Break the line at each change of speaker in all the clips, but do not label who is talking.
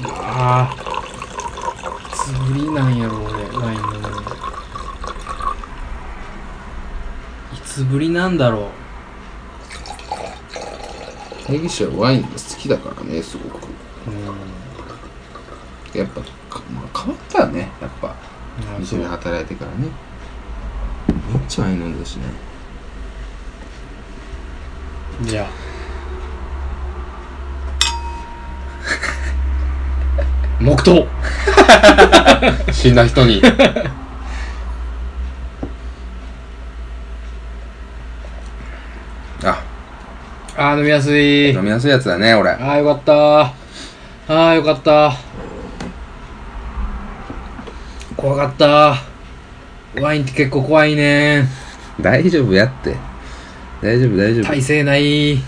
ああつぶりなんやろ俺ラインの上にいつぶりなんだろ
会議者はワインが好きだからねすごく
ううん
やっぱか、まあ、変わったよねやっぱ
あそ
店
う
で働いてからねめっちゃワイン飲んでたしね
じゃあ黙祷
死んだ人に あ
ああ飲みやすい
飲みやすいやつだね俺
ああよかったああよかった怖かったワインって結構怖いね
大丈夫やって大丈夫大丈夫
体勢ない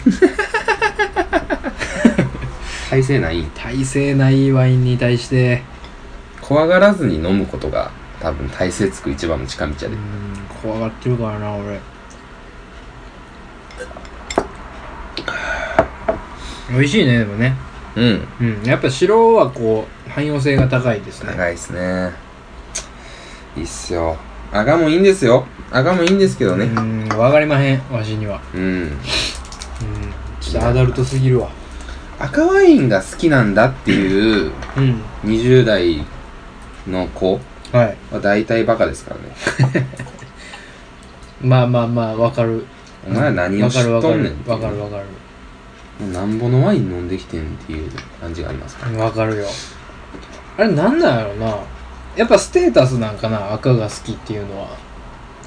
体勢ない
体勢ないワインに対して
怖がらずに飲むことが多分体勢つく一番の近道や
う
で
ん怖がってるからな俺美味しいねでもね
うん
うんやっぱ白はこう汎用性が高いですね
長いっすねいいっすよあがもいいんですよあがもいいんですけど
う
ね
ん分かりまへんわしには
うん
うんちょっとアダルトすぎるわ
赤ワインが好きなんだっていう
うん
20代の子
はい
は大体バカですからね
まあまあまあ分かる
お前は何を
分
知
か
っ
る分か
とんね
る
んっていう
分かる分かる
もうなんぼのワイン飲んできてんっていう感じがありますから
わかるよあれなんなんやろなやっぱステータスなんかな赤が好きっていうのは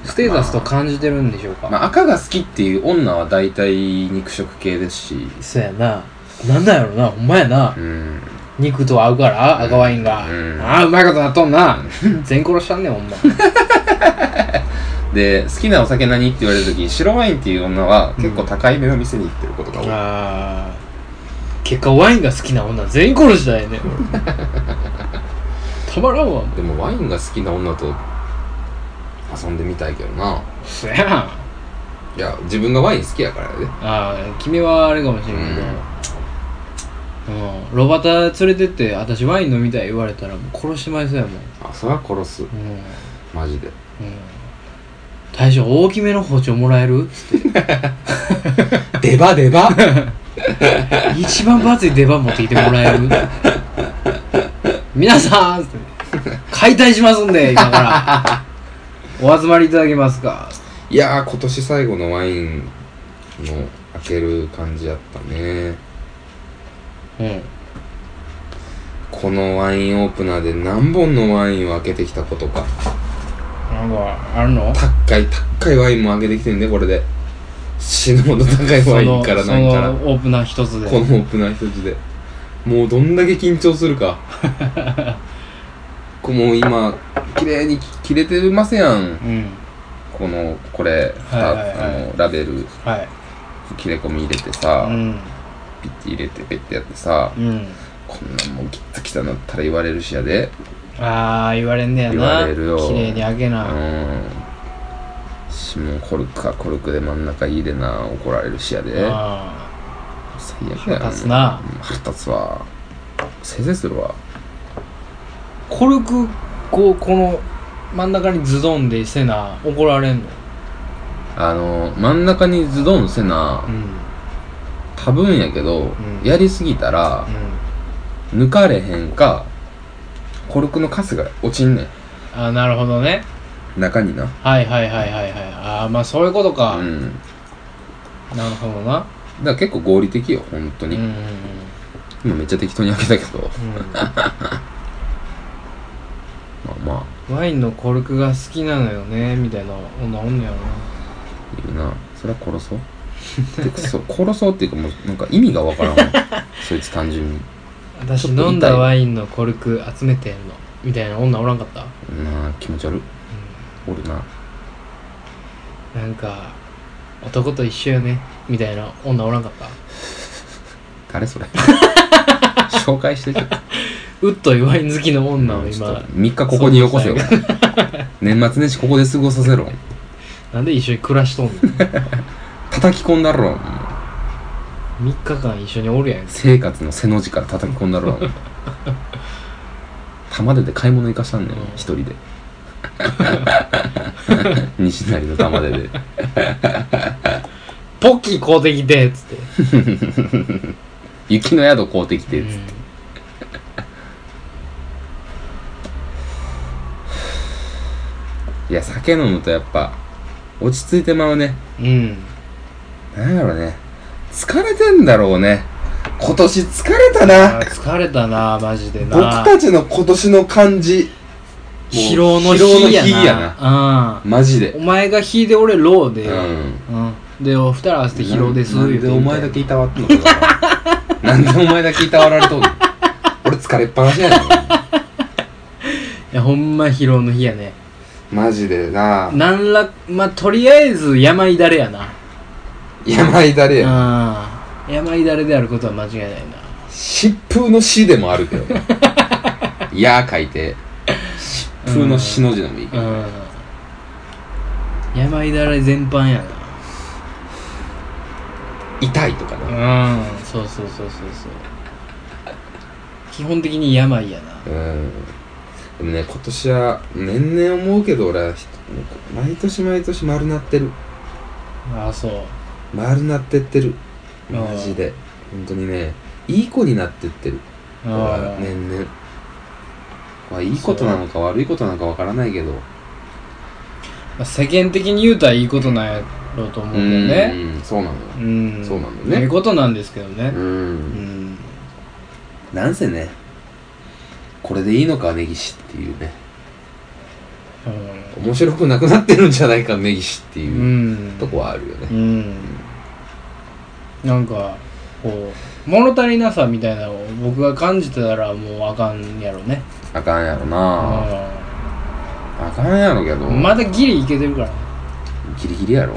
ステータスと感じてるんでしょうか、
まあ、赤が好きっていう女は大体肉食系ですし
そうやななんなんやろなほんまやな
うん
肉と合うから赤ワインが、
うん
ああうまいことなっとんな 全殺しちゃんねんほんま
で好きなお酒何って言われる時白ワインっていう女は結構高い目の店に行ってることが多い、
ああ結果ワインが好きな女全員殺した いねん俺たまらんわ
でもワインが好きな女と遊んでみたいけどな
そやん
いや自分がワイン好きやからやで
ああ君はあれかもしれんけど、うん、ロバタ連れてって私ワイン飲みたい言われたらもう殺してまいそうやもん、
あそれは殺す
うんうん、
マジで
大将大きめの包丁もらえ る
デバデバ
一番分厚い出番持ってきてもらえる皆さんつって解体しますんで今からお集まりいただけますか
いやー今年最後のワインの開ける感じやったね
うん
このワインオープナーで何本のワインを開けてきたことか
なんかあるの
高い高いワインも開けてきてんでこれで死ぬほど高いワインから
そ
なん
の
から
そのオープナー一つで
このオープナー一つでもうどんだけ緊張するか こうもう今綺麗に切れてますやん
うん
このこれ、
はいはいはい
あのラベル
はい
切れ込み入れてさ、
うん
ピッて入れてペッてやってさ
うん
こんなんもうギッツきたなったら言われるしやで
ああ言われんねやな
言われるよ
綺麗に開け
う
な、
んしもうコルクかコルクで真ん中入れな怒られるしやで
あ
最
あ
悪や
腹立つな
うん腹立つわせいぜいするわ
コルクこうこの真ん中にズドンでせな怒られんの
あの真ん中にズドンせな
うんうん
多分やけど、
ん
やりすぎたら、抜かれへんかコルクのカスが落ちんね
ああなるほどね
ん中にな
はいはいはいはいはいああまあそういうことか、
うんだ
なるほどな
から結構合理的よ本当
うん
に、
うんうん
今めっちゃ適当に開けたけど
う
まあま
んワインのコルクが好きなのよねみたいな女おんねやろな
あいるなそれは殺そう てかそう殺そうっていうかもうなんか意味がわからんわそいつ単純に
私
ちょっと痛い
飲んだワインのコルク集めてんのみたいな女おらんかった、
なあ気持ち悪いおるな
うん、なんか男と一緒よねみたいな女おらんかった
誰それ紹介してちょっと
ウッドイワイン好きの女を
ち
今、
ょっと3日ここによこせよ年末年始ここで過ごさせろ
なんで一緒に暮らしとん の
叩き込んだろ
?3 日間一緒におるやん。
生活の背の字から叩き込んだろ玉出で買い物行かしたんだよ
うん
一人で 西成の玉出で
ポッキー買うてきてっつって
雪の宿買うてきてっつって、いや酒飲むとやっぱ落ち着いてまうね
うん、うん、
なんやろね疲れてんだろうね今年疲れた
あ
な
ー疲れたなマジでな
僕たちの今年の感じ
疲労の
疲労の
日やな
日やマジで
うん、お前が引いて俺ローで、
う
うん
ん
でお二人合わせて疲労です
ななんでお前だけいたわっとんのかななんでお前だけいたわられとんの俺疲れっぱなしやね
いやほんま疲労の日やね
んマジでな
なんらまあとりあえず病だれやな
病だれや
うん病だれであることは間違いないな
疾風の死でもあるけ どないやー書いて疾風の死の字でもいいけど
うん病だれ全般や
痛いとかな
なうんそうそうそうそうそう基本的に病やな
うんでもね今年は年々思うけど俺はひ毎年毎年丸なってる
ああそう
丸なってってる
あ
マ
ー
ジで本当にねいい子になってってる
ああ、
年々まあいいことなのか悪いことなのかわからないけど
まあ、世間的に言うたらいいことなんやろうと思う
う
けどね
んそうなのよ
うん
そうなんだよね
いいことなんですけどね
う
うんん
なんせねこれでいいのか根岸っていうね
う
面白くなくなってるんじゃないか根岸って
ん、う、
いうんとこはあるよ
う
ね
んなんかこう物足りなさみたいなのを僕が感じてたらもうあかんやろね
あかんやろなあかんやろけど
うんまだギリいけてるから
ギリギリ やろ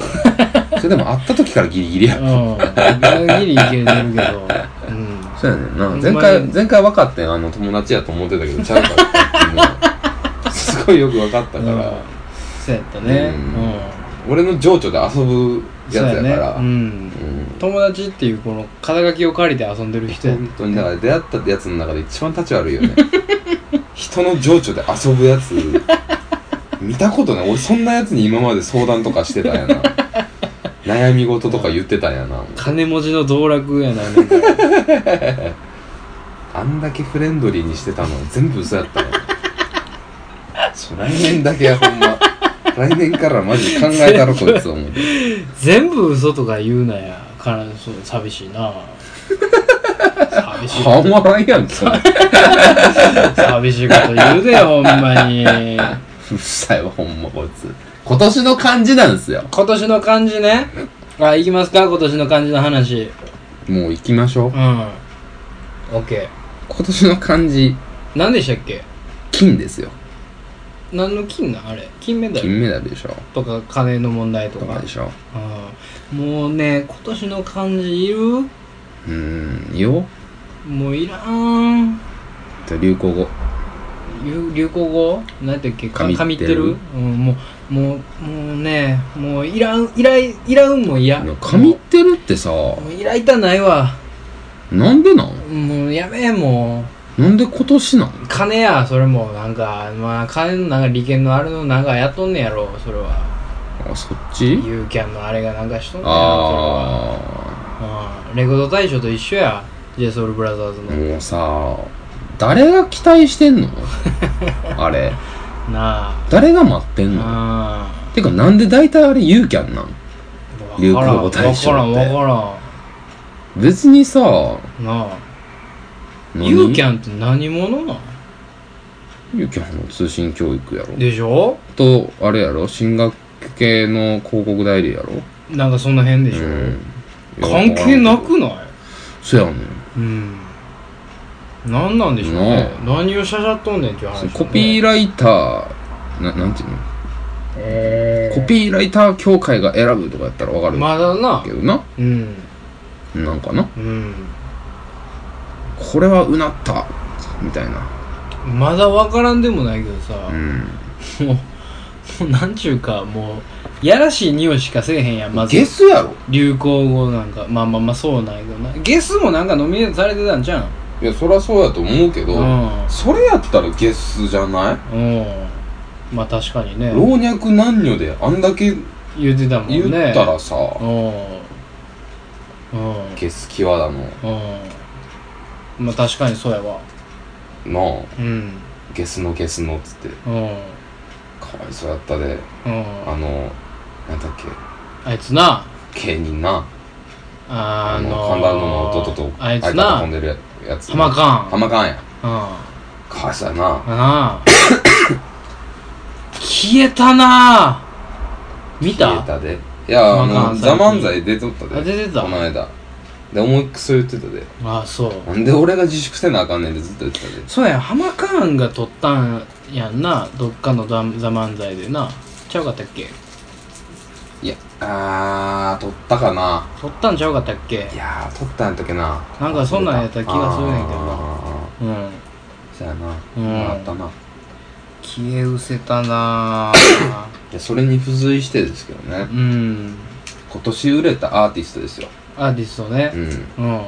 それでも会った時からギリギリやろ
うんまだギリいけてるけどうん
そうやねん
ほ
な
ま
ん前
に
回前回分かってんあの友達やと思ってたけどちゃうか らすごいよく分かったか
うん
ら
そうやったね
うん
うん
俺の情緒で遊ぶ
そう
やつや
ね
から
う
うん
ん友達っていうこの肩書きを借りて遊んでる人や
本当にだから出会ったやつの中で一番立ち悪いよ ね人の情緒で遊ぶやつ見たことない俺そんなやつに今まで相談とかしてたんや な悩み事とか言ってたんやな
金持ちの道楽やななんか
あんだけフレンドリーにしてたのは全部嘘やったわそう来年だけはほんま来年からマジで考えたろこいつ思って
全部嘘とか言うなやからそう寂しいな寂しい
はまらんやんけお前
寂しいこと言うでよ、ほんまに。
うっさいわほんまこいつ今年の感じなんですよ
今年の漢字ね。あ、いきますか今年の漢字の話。
もう行きましょ
う。
うん
オッケ
今年の漢字
ー。何でしたっけ
金ですよ
何の金なんあれ。金メダル
金メダルでしょ
とか、金の問題と
と
か。
かでしょ
うんもうね、今年の漢字いる
うーんよ
もういらん。
と流行語
流流行語何やったっけか
神
神
っ
ってて
る
るうん、もう、もう、もうね、もういらん、いらい、いらんも嫌。も
神ってるってさ
ういらいたないわ。
なんでなん
もうやめえ、もう。
なんで今年なん
金やそれもなんかまあ金のなんか利権のあれのなんかやっとんねやろそれは
あそっち
ユーキャンのあれがなんかしとんねやろ
あ
それは、うん、レコード大賞と一緒や j ソ o ルブラザーズ
あ
の、
もうさ誰が期待し てんのあれ
なあ
誰が待ってんの
あ
てかなんで大体あれユーキャンなん
ー
流
わからん
行語大賞って
わからんわ
別にさ
からんなあ
何
ユーキャンって何者なん
ユーキャンの通信教育やろ
でしょ
とあれやろ進学系の広告代理やろ
なんかその辺でしょ、
うん
関係なくない
そうやねん
うん何なんでしょうね何をしゃしゃっとんねんっていう話、
そ
ね
の、コピーライターななんていうのコピーライター協会が選ぶとかやったらわかる
まだな
けどな
うん
なんかな
うん
これはうなったみたいな
まだ分からんでもないけどさ
う、ん
もうもう なんちゅうかもうやらしい匂いしかせえへんやんまず
ゲスやろ
流行語なんかまあまあまあそうなんやけどなゲスもなんかノミネートされてたんじゃん
いやそりゃそうやと思うけど、
うん
それやったらゲスじゃない
うんまあ確かにね
老若男女であんだけ
言ってたもんね
言ったらさ、
うんうん
ゲス際だの
うんまあ確かにそうやわ
なあ
うん
ゲスのゲスのっつって
うん
かわいそうやったで
うん
あのなんだっ
あいつな
け芸人な
あ
あの
の
神田の弟と
あいつ
相方
な
飛んでるやつ
浜かん
浜かんや
うんあ
かわいそうやな
あ消えたな見た
消えたでいやあ
浜
の
かん
「ザ漫才出とったで
あ出てた
この間で思いっくそ言ってたで
ああそう
なんで俺が自粛せなあかんねんってずっと言ってたで
そうやん浜カーンが撮ったんやんなどっかのザ・ザ漫才でなちゃうかったっけ
いやあー取ったかな
撮ったんちゃうかったっけ
いやー取ったんやったっけな
なんかそんなんやった気がするねんけどな
あ
うん
ーそうやな
うん
あったない
消え失せたな
やそれに付随してですけどね
うん
今年売れたアーティストですよ
アーティストね
うん
うん、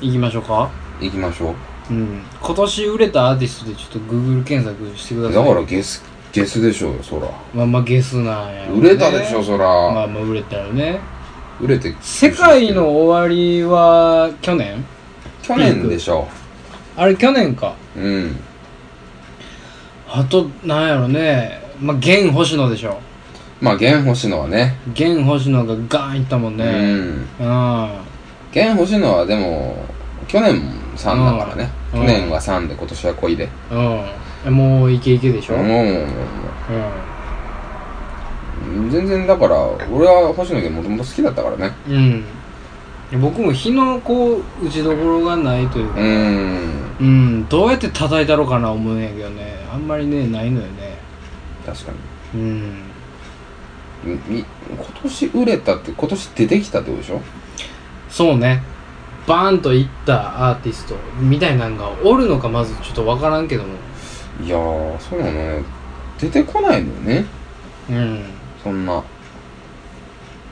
行きましょうか
行きましょう
うん今年売れたアーティストでちょっと Google 検索してくだ
だ
さい
からゲスゲスでしょうよそら
まあまあゲスなんやろうね、
売れたでしょそ
まあ
ら
まあ売れたよね
売れて
世界の終わりは去年
去年でしょ
あれ去年か
ううん
あとなんやろねまあ現星野でしょ
まあ現星野はね
現星野がガーンいったもん
う
ね
ん
うん
現星野はでも去年も3だからね
うん
去年は3で今年は恋で
うんもうイケイケでしょ
もう
うん
もうもうもう全然だから俺は星野源もともと好きだったからね
うん僕も日のこう打ちどころがないという
う
か
ーん
うんどうやって叩いたろうかな思うんやけどねあんまりねないのよね
確かに
うん
みみ今年売れたって今年出てきたってことでしょ
そうねバーンといったアーティストみたいなんがおるのかまずちょっとわからんけども
いやーそうなのね出てこないのよね
うん
そんな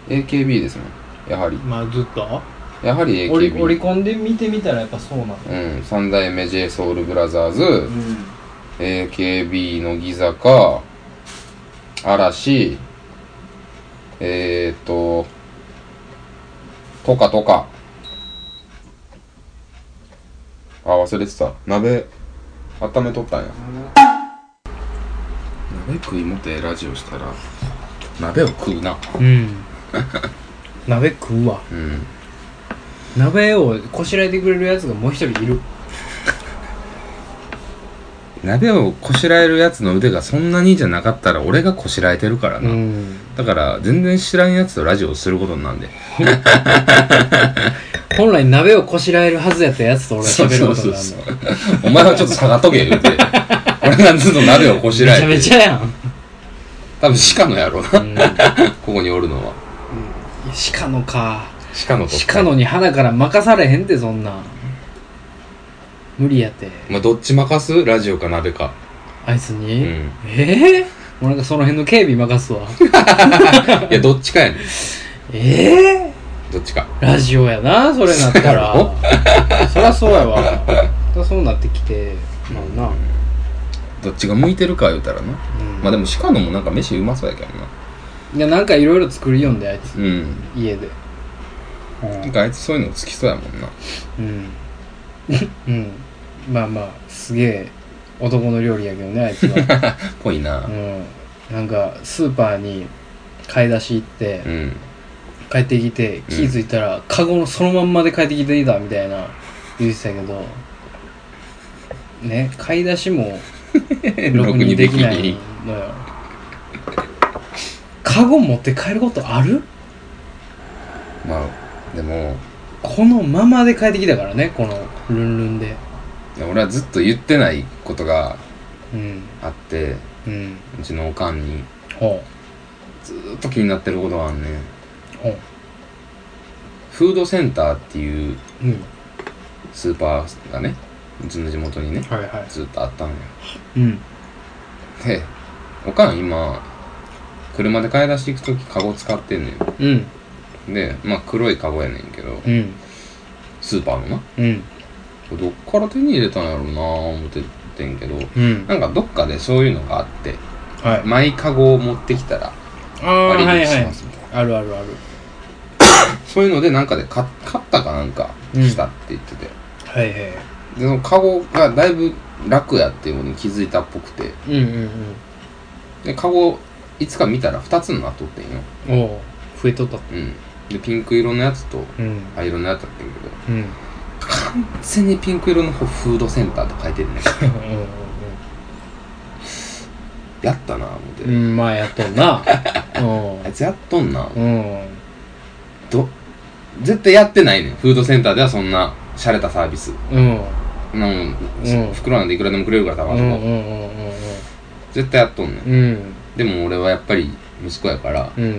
AKB ですねやはり
まあずっと
やはり
折り折り
AKB
込んで見てみたらやっぱそうなの
うん三代目 j ソ o ルブラザーズ、
うん、
AKB 乃木坂嵐えー、っととかとかあ忘れてた鍋温めとったんや鍋食いもてラジオしたら鍋を食うな
うん、鍋食うわ
うん
鍋をこしらえてくれるやつがもう一人いる
鍋をこしらえるやつの腕がそんなにじゃなかったら俺がこしらえてるからな、
ん
だから全然知らんやつとラジオをすることになんで
本来鍋をこしらえるはずやったやつと俺は喋ることになる
そう
の
そうそうそうお前はちょっと下がっとけ言 うて俺がずっと鍋をこし
め
らえ
ち
て
ゃめちゃやん、
多分鹿野やろうなこ
うん、いや
こにおるのは
鹿野か
鹿野と
鹿野に花から任されへんてそんなん無理やて
まあどっち任すラジオか鍋か
あいつ
う
に、
ん
ええもうなんかその辺の警備任すわ
いやどっちかやねん
ええ
どっちか
ラジオやなそれなったら そりゃそうやわそりゃそうなってきてまあな、
どっちが向いてるか言うたらな
うん
まあでも鹿野もなんか飯うまそうやけどない
やなんかいろいろ作りよんであいつ
うん
家で
なんかあいつそういうの好きそうやもんな
うん うんまあまあすげえ男の料理やけどねあいつは
ぽいうなん
なんかスーパーに買い出し行って
うん
帰ってきて気づいたらカゴのそのまんまで帰ってきていたみたいな言ってたけどね買い出しも ろくにできないのよカゴ持って帰ることある
まあでも
このままで帰ってきたからねこのルンルンで
いや俺はずっと言ってないことが
うん
あって
うん
うちのおかんに
ほ
ずーっと気になってることがあんねん
うほう
フードセンターっていう
うん
スーパーがねうちの地元にね
はいは
ずっとあったのよ
いうん
でおかん今車で買い出し行く時カゴ使ってんね
うん
んでまあ黒いカゴやねんけど
うん
スーパーのな
うん
これどっから手に入れたんやろうな思っててんけど
うん
なんかどっかでそういうのがあって
はい
マイカゴを持ってきたら
ああは
割
い
引し
は
ま
い
すみたいな、
あるあるある
そういうのでなんかで買買ったかなんかしたって言ってて、
はいはい
でそのカゴがだいぶ楽やっていうのに気づいたっぽくて
うんうん
でカゴいつか見たら2つになっとってんよ
うんおお増えとった
うんでピンク色のやつと
うん
灰色のやつだったんやけど
うん
完全にピンク色の方フードセンターと書いてるね
うんうん
やったな思って、
うんうんまあやっとん な
あいつやっとんな
うんうん
ど絶対やってないねんフードセンターではそんな洒落たサービス
うん
なん、
うん
袋なんでいくらでもくれるからた
う
ま
ん
に
うん
も、
うん
絶対やっとんねん
うんうん
でも俺はやっぱり息子やから、
う
うんんま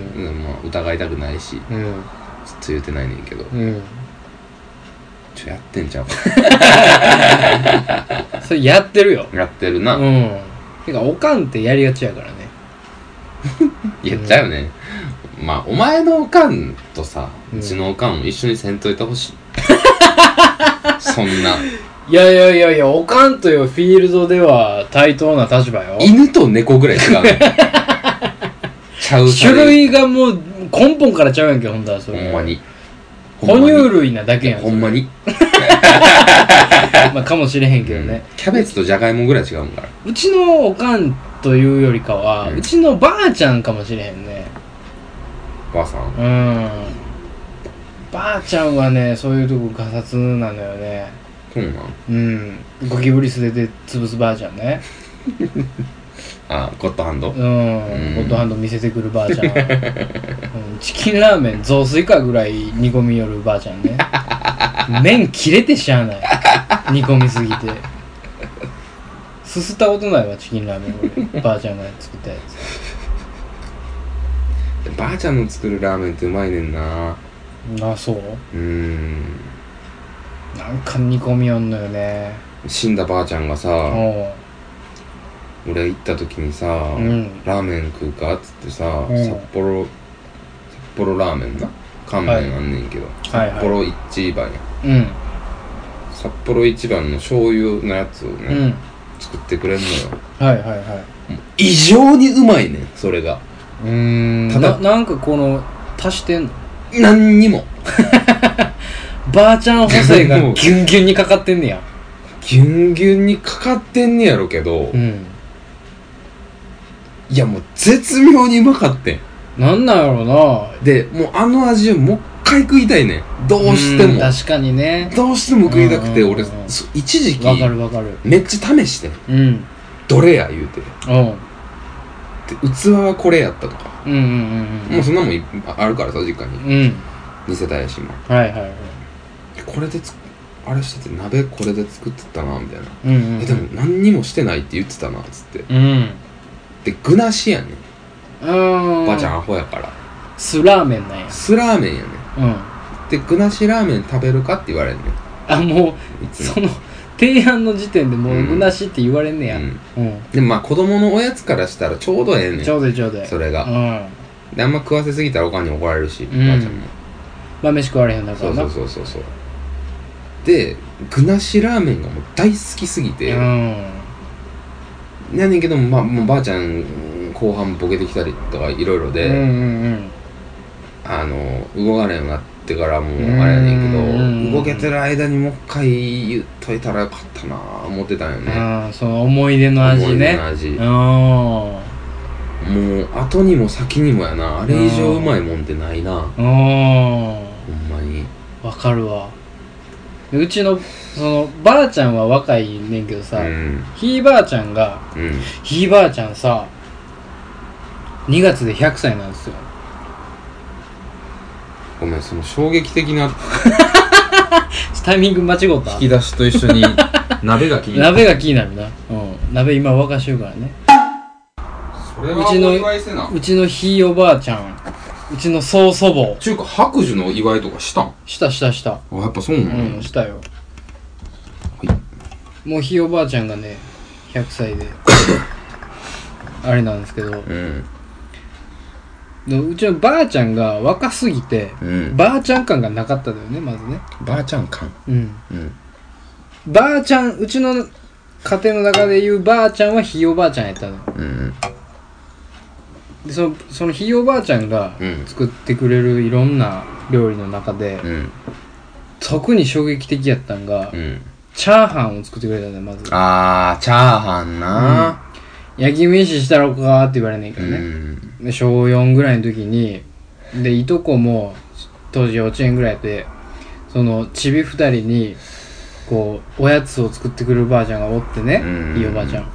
あ、疑いたくないし
うん
ずっと言うてないねんけど
うん
ちょやってんちゃうか
それやってるよ
やってる
う
な、
んてかおかんってやりがちやからね
やっちゃうよね、まあお前のおかんとさ
うん
うちのおかんを一緒にせんといて ほしいそんない
やいやいやいやおかんというフィールドでは対等な立場よ
犬と猫ぐらい違うねちゃうさ
種類がもう根本からちゃうやんけほんだらそ
ほ
れ
んまに
哺乳類なだけやん
ほんまに
まあかもしれへんけどね、
キャベツとじゃがいもぐらい違うんから
うちのおかんというよりかは、
う
うんちのばあちゃんかもしれへんね
ばあさん
うんばあちゃんはねそういうとこがさつなのよね
そうなん
うんゴキブリ捨てて潰すばあちゃんね
あゴッドハンド、
う
うん
んゴッドハンド見せてくるばあちゃん、うん、チキンラーメン雑炊かぐらい煮込みよるばあちゃん ね麺切れてしゃあない煮込みすぎてすすったことないわチキンラーメン俺ばあちゃんが作ったやつ
ばあちゃんの作るラーメンってうまいねんな
あそう
うーん
なんか煮込みよんのよね
死んだばあちゃんが
う
さ
ん
俺行った時にさ、
うん
ラーメン食うかっつってさ、
うん
札幌札幌ラーメンな乾麺あんねんけど、
はい
札幌一番や
うん
札幌一番の醤油のやつをね、
うん
作ってくれんのよ
はいはいはい
異常にうまいねんそれが
うーん
ただ
ななんかこの足してんの
何にも
ばあちゃん補正が
もう
ギュンギュンにかかってんねや
ギュンギュンにかかってんねやろけど、
うん
いやもう絶妙にうまかってん
なんなんやろうな
でもうあの味をもう一回食いたいねんどうして
ん
も
確かにね
どうしても食いたくて
うん
俺そ一時期
わかるわかる
めっちゃ試してん
うん
どれや言うてで
うん
器はこれやったとか
うんうんう
もうんそんなもんいあるからさ実家に
うんうん
似せたいしも
はいはいはい
これでつあれしてて鍋これで作ってたなみたいな、
うんうん
えでも何にもしてないって言ってたなっつって
うん
で具なしやねん
うん
ばあちゃんアホやから
酢ラーメンなんや
酢ラーメンやねん
うん
で具なしラーメン食べるかって言われんねん
あもう
いつも
その提案の時点でも
う
うん具なしって言われんねや
うん
うん
でもまあ子供のおやつからしたらちょうどええねん
ちょうどいいちょうどいい
それが、
うん
であんま食わせすぎたらおかんに怒られるし、
うん
ばあちゃんも
まあ飯食われへんだか
そ
ら
う
な
そうそうそうそうで具なしラーメンがもう大好きすぎて、
うん
なんねんけどまあもうばあちゃん後半ボケてきたりとかいろいろで、
うんうん
あの動かれんようになってからもう
うん
あれやねんけど、
うん
動けてる間にもう一回言っといたらよかったなぁ思ってたんよ
う
ね、
んあーその思い出の味
思い出
ね
の味
うん
もう後にも先にもやなあれ以上うまいもんってないな、
うん
ほんまに
わかるわでうちのそのばあちゃんは若いねんけどさ、
うん
ひいばあちゃんが
うん
ひいばあちゃんさ2月で100歳なんですよ
ごめんその衝撃的な
タイミング間違った
引き出しと一緒に 鍋が気になる
鍋が気になるな、うん、鍋今沸かしてるからね
それはお
うちの
祝いせな
うちのひいおばあちゃんうちの曽祖母
中華白寿のお祝いとかしたん
したしたした
あやっぱそうな
う
の、
んしたよ
は
もうひいおばあちゃんがね100歳であれなんですけど
うん
でうちのばあちゃんが若すぎて、
うん
ばあちゃん感がなかったんだよねまずね
ばあちゃん感
うん
うん
ばあちゃんうちの家庭の中でいうばあちゃんはひいおばあちゃんやったの
うん
でそのそのひいおばあちゃんが
うん
作ってくれるいろんな料理の中で、
うん
特に衝撃的やったんが、
うん
チャーハンを作ってくれたんだよまず
あーチャーハンな
焼き飯したろかって言われねえか
う
らね、
ん
で小4ぐらいの時にでいとこも当時幼稚園ぐらいでそのちび二人にこうおやつを作ってくれるばあちゃんがおってね
うん
いいおばあちゃん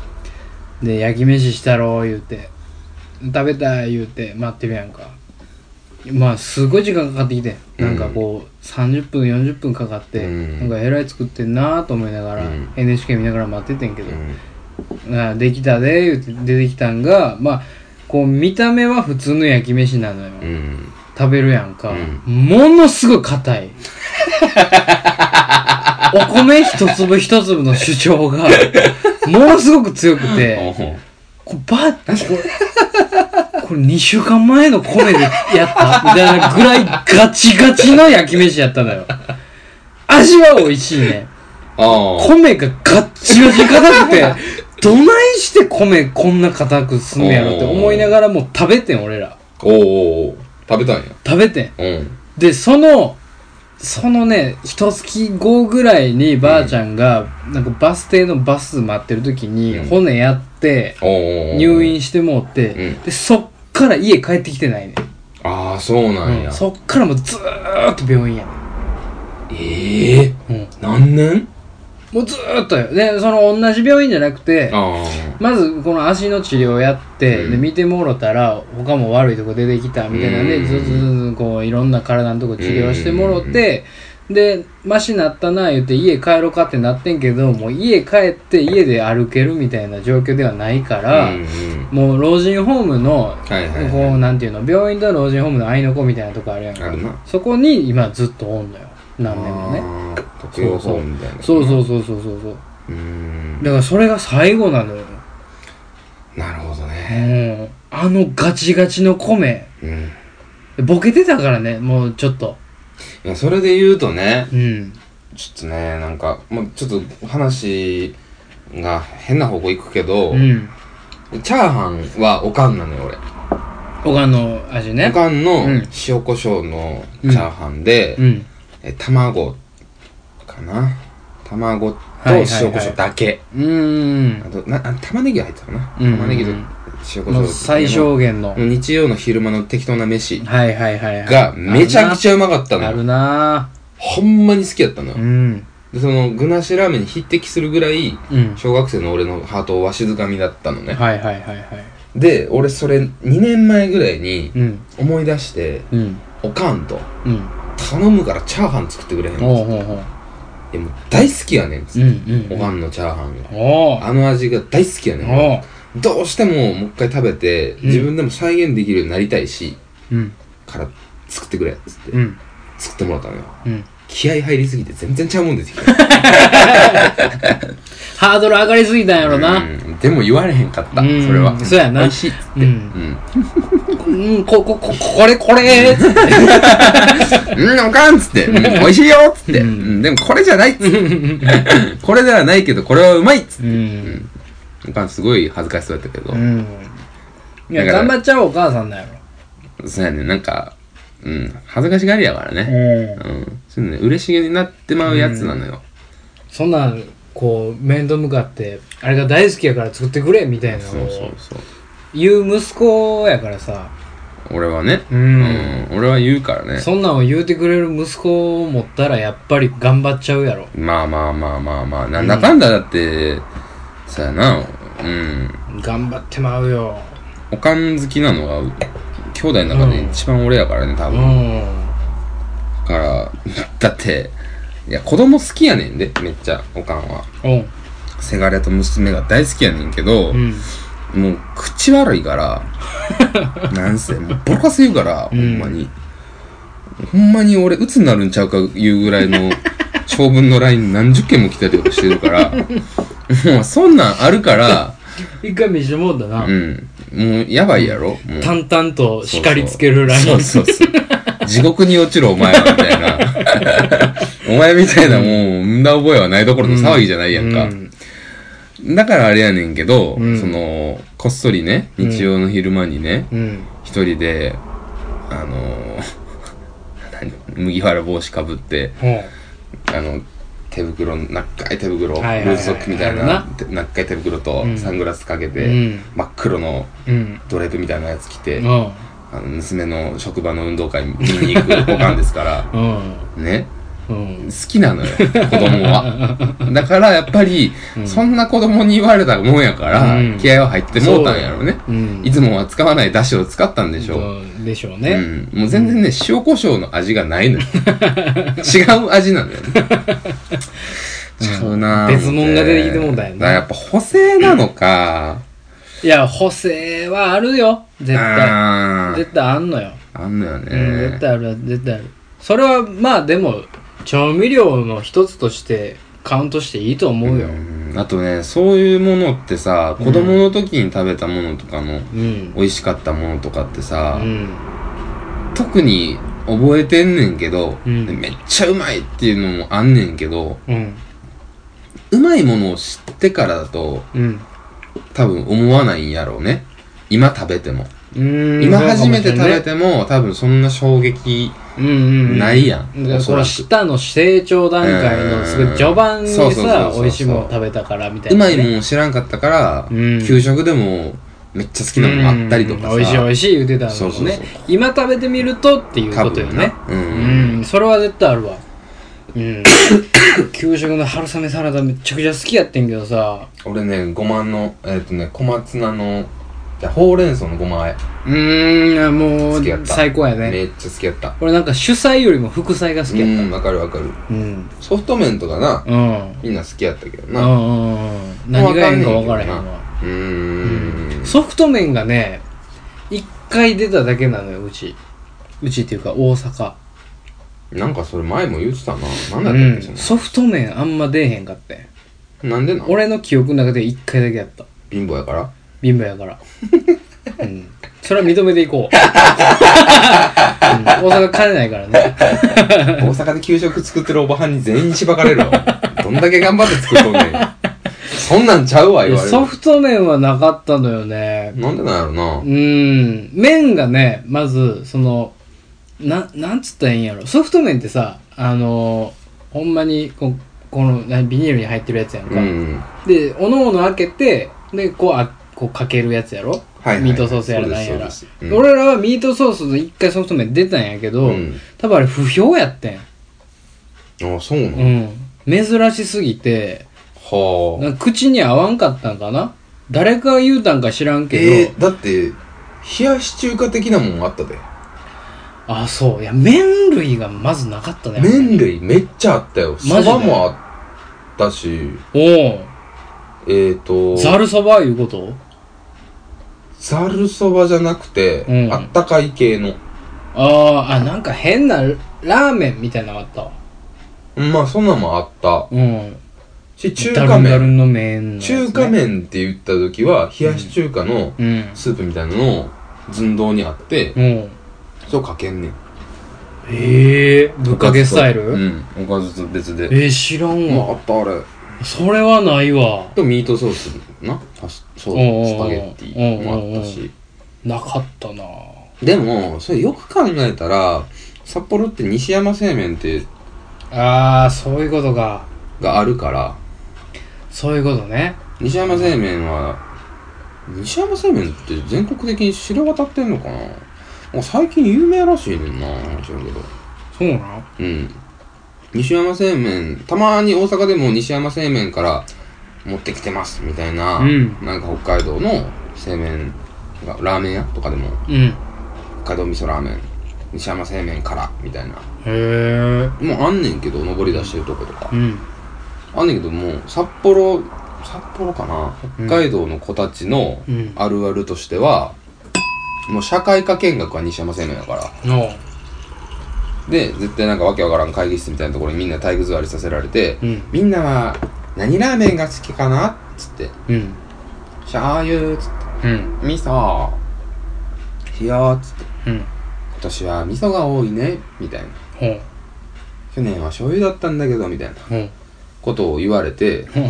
で焼き飯したろう言うて食べたい言うて待ってるやんかまあすごい時間かかってきてなんかこう30分40分かかって
うん
なんかえらい作ってんなと思いながら
うん
NHK 見ながら待っててんけ
う
ど
ん
あできたで言って出てきたんがまあこう見た目は普通の焼き飯なのよ、
うん
食べるやんか、
う
ものすごい硬 いお米一粒一粒の主張がものすごく強くて
おう
こればこれこれ2週間前の米でやったみたいなぐらいガチガチの焼き飯やったのよ味は美味しいね
あー
米がガッチガチに硬 くて、どないして米こんな硬くすんねやろって思いながらもう食べてん、俺ら。
おうおうおう食べたんや
食べてん。
うん
で、その、そのね、一月後ぐらいにばあちゃんが、なんかバス停のバス待ってる時に
うん
骨やって、
おうおうおう
入院してもうって、
うん
で、そっから家帰ってきてないね、
ああそうなん
うん
や
そっからもうずーっと病院やね
ええ
ん。うん。
何年
もうずーっとよ。で、その同じ病院じゃなくて、
あ
まずこの足の治療やって、
うん
で見てもろたら他も悪いとこ出てきたみたいなん
う
で
ん
ずっとずっとずっとこういろんな体のとこ治療してもろてでマシなったな言って家帰ろうかってなってんけどもう家帰って家で歩けるみたいな状況ではないか
あ
ら、
うんうん
もう老人ホームの
はいはい
こ
は
うなんていうの病院と老人ホームの愛の子みたいなとこあるやん
いあ
か
るな
そこに今ずっとおんのよ何年もね
あー特養法みたいな
そうそうそうそうそうそう
うーん
だからそれが最後なのよ
なるほどね
うんあのガチガチの米
うんい
ボケてたからねもうちょっと
やそれで言うとね
うん
ちょっとねなんか、まあ、ちょっと話が変な方向行くけど、
うん
チャーハンはおかんなのよ俺
おかんの味ね
おかんの
うん
塩コショウのチャーハンで、
うん
え卵かな卵と
いはいは
塩
い
コショウだけ、
うーん
あとなあ玉ねぎが入ってたかな、
うん
玉ねぎと塩コシ
も
ョ
う
ウ
最小限の
日曜の昼間の適当な飯
はいはいはいはい
がめちゃくちゃうまかった
あ
の
る
よ
な
ほんまに好きやったの
あ
よ
るなうん
でその具なしラーメンに匹敵するぐらい
うん
小学生の俺のハートをわしづかみだったのね、
はいはいはいはい
で俺それ2年前ぐらいに
うん
思い出して
うん
おかんと
うん
頼むからチャーハン作ってくれへんの
おうおうおう
いやもう大好きやねんつ
う
っ
ん
て、
うん
おかんのチャーハンが
おう
あの味が大好きやねん
おう
どうしてももう一回食べて
ん
自分でも再現できるようになりたいし、
うん
から作ってくれっつって、
うん
作ってもらったのよ
うん
気合入りすぎて全然ちゃうもん出てきた
ハードル上がりすぎたんやろ
う
なん
でも言われへんかった、
うん
それは
そうやな
美味しいっつって
う
うんん
うんここここれこれーって
うん、おかんっつって、うん、美味しいよっつって、
うん
うん、でもこれじゃないっつって、これではないけど、これはうまいっつっ
うん
て、おかんすごい恥ずかしそうやったけど
う、んいや
だから
頑張っちゃうお母さんだよ
そうやね、なんか、うん、恥ずかしがりやからね、
うん
うん、そういうのね、嬉しげになってまうやつなのよ。
そんなんこう面と向かってあれが大好きやから作ってくれみたいな
そ
の
うそう
を
そう。
言う息子やからさ
俺はね、
う
うんん、俺は言うからね、
そんなんを言うてくれる息子を持ったらやっぱり頑張っちゃうやろ
まあまあまあまあまあ、なんだかんだだって、そうやな、うん、
頑張ってまうよ
おかん好きなのは、兄弟の中で一番俺やからね、多
う
分。
ん
から、だって、いや、子供好きやねんで、めっちゃ、おかんは。
おう
せがれと娘が大好きやねんけど、
うん
もう、口悪いから、なんせ、もう、ボロカス言うから、ほんまに。ほんまに俺、鬱になるんちゃうか、いうぐらいの、長文のライン何十件も来たりとかしてるから、もう、そんなんあるから、
一回見してもうたな
うん。もうやばいやろもう
淡々と叱りつけるライン。
そうそうそうそう 地獄に落ちるお前はみたいな お前みたいなもう無駄覚えはないどころの騒ぎじゃないやんか、
うん
だからあれやねんけど、
うん
そのこっそりね日曜の昼間にね、
うん。
一人であのー何麦わら帽子かぶって
ほう。
あの手袋長い手袋、
はいはいはい
ルーズソックみたい
あるな
なて長い手袋と
うん
サングラスかけて、
うん
真っ黒の
うん。
ドレープみたいなやつ着て、
うん。
あの娘の職場の運動会見に行くおかんですから
うん。
ね
うん。
好きなのよ子供はだからやっぱり、
うん
そんな子供に言われたもんやから、
うん
気合は入ってもうたんやろね
うん。
いつもは使わない出汁を使ったんで
で
しょう、
でしょうね。
うん、もう全然ね、塩コショウの味がないのよ。違う味なのよ、ね。 違うなぁ思って
別物が出てきてもうたんやな
からやっぱ補正なのか。
いや、補正はあるよ。絶対。
あー
絶対あんのよ。
あんのよね。
うん、絶対ある、絶対ある。それは、まあでも、調味料の一つとしてカウントしていいと思うよ。
うんあとね、そういうものってさ、子供の時に食べたものとかの、
うん。
美味しかったものとかって
う
さ、
ん。
特に覚えてんねんけど、
うん
でめっちゃうまいっていうのもあんねんけど、
うん。
うまいものを知ってからだと、
うん。
多分思わないんやろうね今食べても、
うん
今初めて食べても多分そんな衝撃
うんうんうん
ないやん、
だから
おそ
そ
ら
の
く
舌の成長段階
うん
のすごい序盤に
そうそうそうそう
さ
そう
美味しいもの食べたからみたいうな
ま
ね、
いもん知らんかったから、
うん
給食でもめっちゃ好きなものあったりとかさ、
うん美味しい美味しい言うてたのもね
そうそうそう
今食べてみるとっていうことよね
多分なうん
うんそれは絶対あるわうん 給食の春雨サラダめっちゃくちゃ好きやってんけどさ
俺ねごまのえっ、とね小松菜のいやほうれん草のごま和え
うーんも
好きやっ
う
た
最高や
め
ね
っちゃ好きやった
俺なんか主菜よりも副菜が好き
う
やっ
んわかるわかる
たうん
ソフト麺とかな
うん
みんな好きやったけど
う
なん
うんうん何がええんか分からへんわ
うーん
ソフト麺がね、一回出ただけなのよ、うち。うちっていうか大阪。
なんかそれ前も言ってたななんだ
う
ったっけそ
ん、ソフト麺あんま出えへんかって。
のなんでなん
俺の記憶の中で一回だけやった。
貧乏やから
貧乏や から。うん。それは認めていこう。うん、大阪金ないからね。
大阪で給食作ってるおばはんに全員しばかれ るわどんだけ頑張って作っとんねんそんなんちゃうわ言われる
ソフト麺はなかったのよね。
なんでなんやろな
うん。麺がね、まず、その、な、なんつったらいいんやろ。ソフト麺ってさ、あのほんまにこ、この、なビニールに入ってるやつやんか。
うん
で、おのおの開けて、で、こう、あこうかけるやつやろ、
はいはい
ミートソースやらなんや
そうで
ら
すそうですうん
俺らはミートソースの一回ソフト麺出たんやけど、
うん
多分あれ不評やってん。
あそうなの、
うん。珍しすぎて、
はあ
なんか口に合わんかったんかな誰が言うたんか知らんけど、
えー、だって冷やし中華的なもんあったで
あ、そう。いや、麺類がまずなかったね。
麺類めっちゃあったよ
ジで
そばもあったし
おう
えーと
ざるそばいうこと
ざるそばじゃなくて、
うん
あったかい系の
あーあ、なんか変なラーメンみたいなのあったわ。
まあそんなんもあった
うん。
し中
ダ
華
ルンダ
麺
ルンの麺のやつね、
中華麺って言った時は冷やし中華の
うん。
スープみたいなのを寸胴にあって
うん。
それをかけんねん
ええぶっかけスタイル、
うんおかずと別で
えー、知らん
まああ
わ。
ったあれ
それはないわ。
とミートソースなパスそ
お
うスパ
うおうおう
ゲッティもあった
おうおう
し
なかったな
でもそれよく考えたら札幌って西山製麺って
あー、そういうことか。
があるから
そういうことね。
西山製麺は西山製麺って全国的に知れ渡ってんのかなもう最近有名らしいねんな知らんけど
そうなん
うん西山製麺たまに大阪でも西山製麺から持ってきてますみたいな、
うん
なんか北海道の製麺がラーメン屋とかでも
うん。へ
北海道味噌ラーメン西山製麺からみたいな
え。
もうあんねんけど上り出してるとことか
うん。
あんねんけどもう札幌札幌かな北海道の子たちの
うん
あるあるとしては、もう社会科見学は西山製麺やから
おう
で絶対なんかわけわからん会議室みたいなところにみんな体育座りさせられて、
うん
みんなは何ラーメンが好きかなっつって
うん。
醤油っつって
うん
味噌しようっつって
うん
今年は味噌が多いねみたいな
ほう
去年は醤油だったんだけどみたいな
ほう
ことを言われて
ほう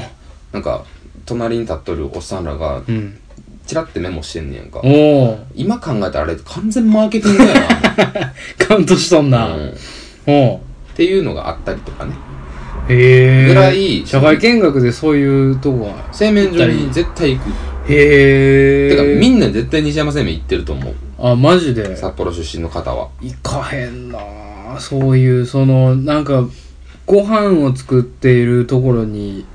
なんか隣に立っとるおっさんらが
うん
チラってメモしてんねやんか
おお
今考えたらあれ完全マーケティングや
カウントしとん
な、
な、
うんっ
ほ
ていうのがあったりとかね
うへえ
ぐらい
社会見学でそういうとこが
製麺所に絶対行く
へえ
てかみんな絶対西山製麺行ってると思う
あマジで
札幌出身の方は
行かへんなあそういうそのなんかご飯を作っているところに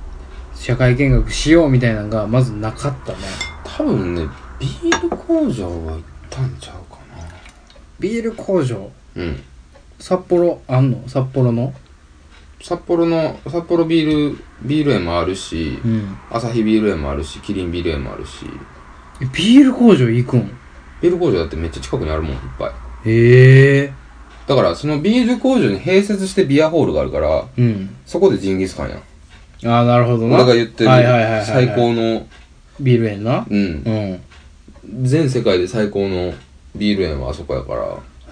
社会見学しようみたいなのがまずなかったね
多分ねビール工場は行ったんちゃうか
ビール工場
なうん
札幌あんの札幌の
札幌の札幌ビールビール園もあるし
うん
アサヒビール園もあるしキリンビール園もあるし
えビール工場行くん
ビール工場だってめっちゃ近くにあるもんいっぱい
へえ
だからそのビール工場に併設してビアホールがあるから
うん
そこでジンギスカンやん
ああなるほどな
俺が言ってる
はいはいはいはいはい
最高の
ビール園な
うん
うんへ
全世界で最高のビール園はあそこやから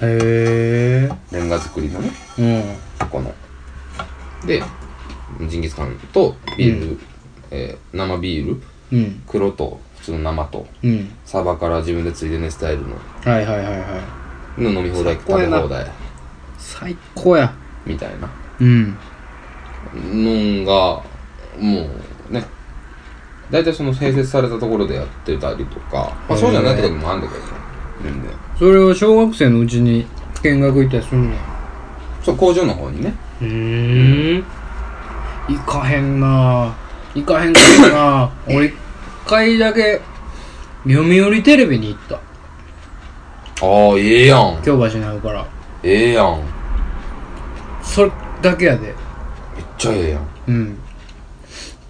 え
レンガ作りのね
うん
ここのでジンギスカンとビール、えー生ビール
うん
黒と普通の生と
うん
サバから自分でついでねスタイルの
はいはいはいはい
の飲み放題
最
食
高
べ
やな
放題
最高や
みたいな
うん
のがもうね大体その併設されたところでやってたりとか、まあ、そうじゃないとこもあるんだけどね全然
それを小学生のうちに見学行ったりすんねや
そう工場の方にね
うーん行かへんなあ行かへんかったな あ俺一回だけ読売テレビに行った
ああええやん
京橋にあるから
ええやん
それだけやで
めっちゃええやん
うん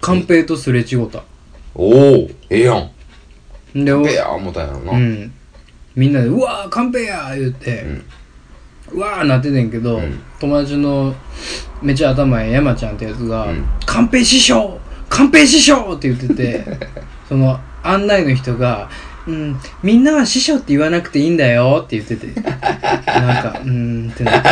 寛平とすれ違った
おおええやん
で
ペ
俺
ア思ったんやろな、
うんみんなで「うわー寛平や!」言って、
うん
うわーなっててんけど、
うん
友達のめっちゃ頭ええ山ちゃんってやつが
うん
「寛、平、師匠寛平師匠!」って言って てその案内の人が「うん、みんなは師匠って言わなくていいんだよ」って言っててなんか「うーん」ってなった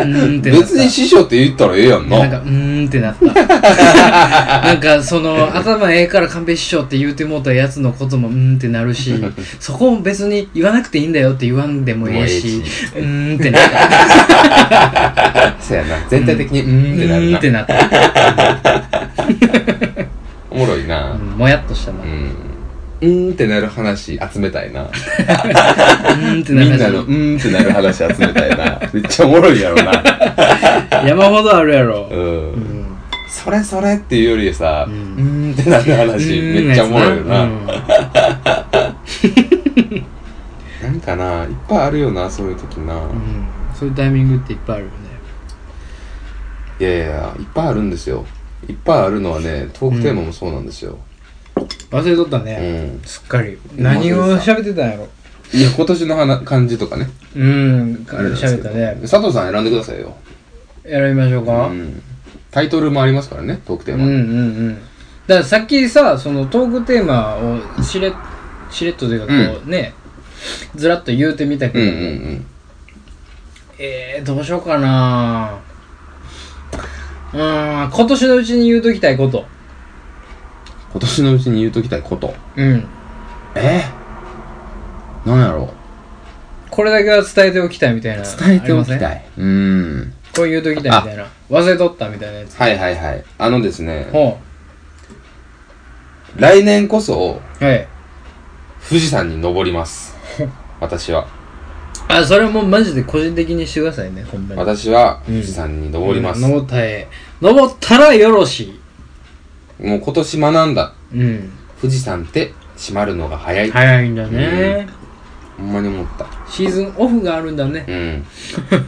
うーんってなった
別に師匠って言ったらええやんな
なんか、うーんってなった。なんか、その、頭ええから寛平師匠って言うてもうたやつのことも、うーんってなるし、そこも別に言わなくていいんだよって言わんでもええし
もうええ、
うーんってなった。
そうやな全体的にう
う
ーんってなる
ーん
な
ってなった。
おもろいな
うんもやっとしたな。
う
うん
うんってなる話集めたいな
ーんってな
みん
る
なのうんってなる話集めたいなめっちゃおもろいやろな
山ほどあるやろ
う。
うんん
それそれっていうよりさう
うん
んってなる話
うーん
めっちゃおもろいよ
う
なんなんかないっぱいあるよなそういう時な
うんそういうタイミングっていっぱいあるよね。
いやいやいっぱいあるんですよいっぱいあるのはねトークテーマもそうなんですよ
忘れとった
う
ね。
ん
すっかり。何を喋ってたんやろ。
いや今年の話感じとかね
うん、あれ喋ったね。
佐藤さん選んでくださいよ
やりましょうか。
うんタイトルもありますからねトークテーマ
うんうんうんだからさっきさそのトークテーマをしれしれっとというかこう、ねずらっと言うてみたけ
うん
ど、
うんうん
えー、どうしようかなうーん今年のうちに言うときたいこと
今年のうちに言うときたいこと
うん
えなんやろう
これだけは伝えておきたいみたいな
伝えておき
ありません
たいうーん
これ言うときたいみたいな忘れとったみたいなやつ
はいはいはいあのですね
ほ
来年こそう
はい
富士山に登ります私は
あそれはもうマジで個人的にしてくださいねほんまに
私は
うん
富士山に登ります、
登ったえ登ったらよろしい
もう今年学んだ
うん
富士山って閉まるのが早い、
早いんだね、
ほんまに思った
シーズンオフがあるんだね
うん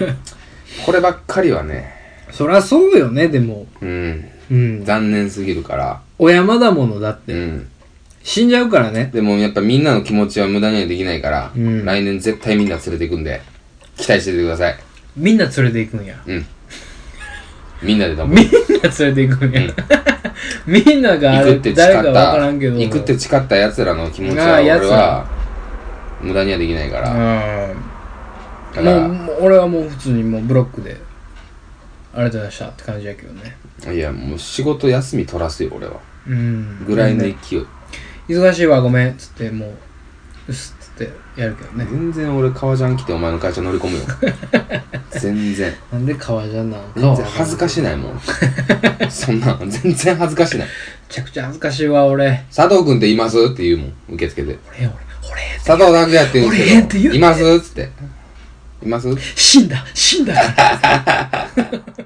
こればっかりはね
そりゃそうよねでも
うん
うん
残念すぎるから
お山だものだっ
う
て
ん
死んじゃうからね
でもやっぱみんなの気持ちは無駄にはできないから、
うん
来年絶対みんな連れてくんで、期待しててください。
みんな連れて行くんや
うん。みんなで多分
みんな連れて行くんや、
うん
みんながあ
行く
れ
って誓
誰か
っ
分
た
からんけど
行くって誓ったやつらの気持ち
あ
は
あ
俺
奴
は
ら
無駄にはできないから、
う
だ
んもう
か
もう俺はもう普通にもうブロックでありがとうございましたって感じやけどね
らいやもう仕事休み取らすよ俺は
うん
ぐらいの
全然
勢い、
忙しいわごめんっつってもううっすっつってやるけどね
全然俺革ジャン着てお前の会社乗り込むよ 全然
なんで革ジャンなの
全然恥ずかし
いめ
ないもんそんなん全然恥ずかしない
ちゃくちゃ恥ずかしいわ俺
佐藤君っていますって言うもん受付で
俺俺俺
佐藤拓也って言うん
俺やっ
です
て
け
言う
どいますっつっています
死んだ死んだから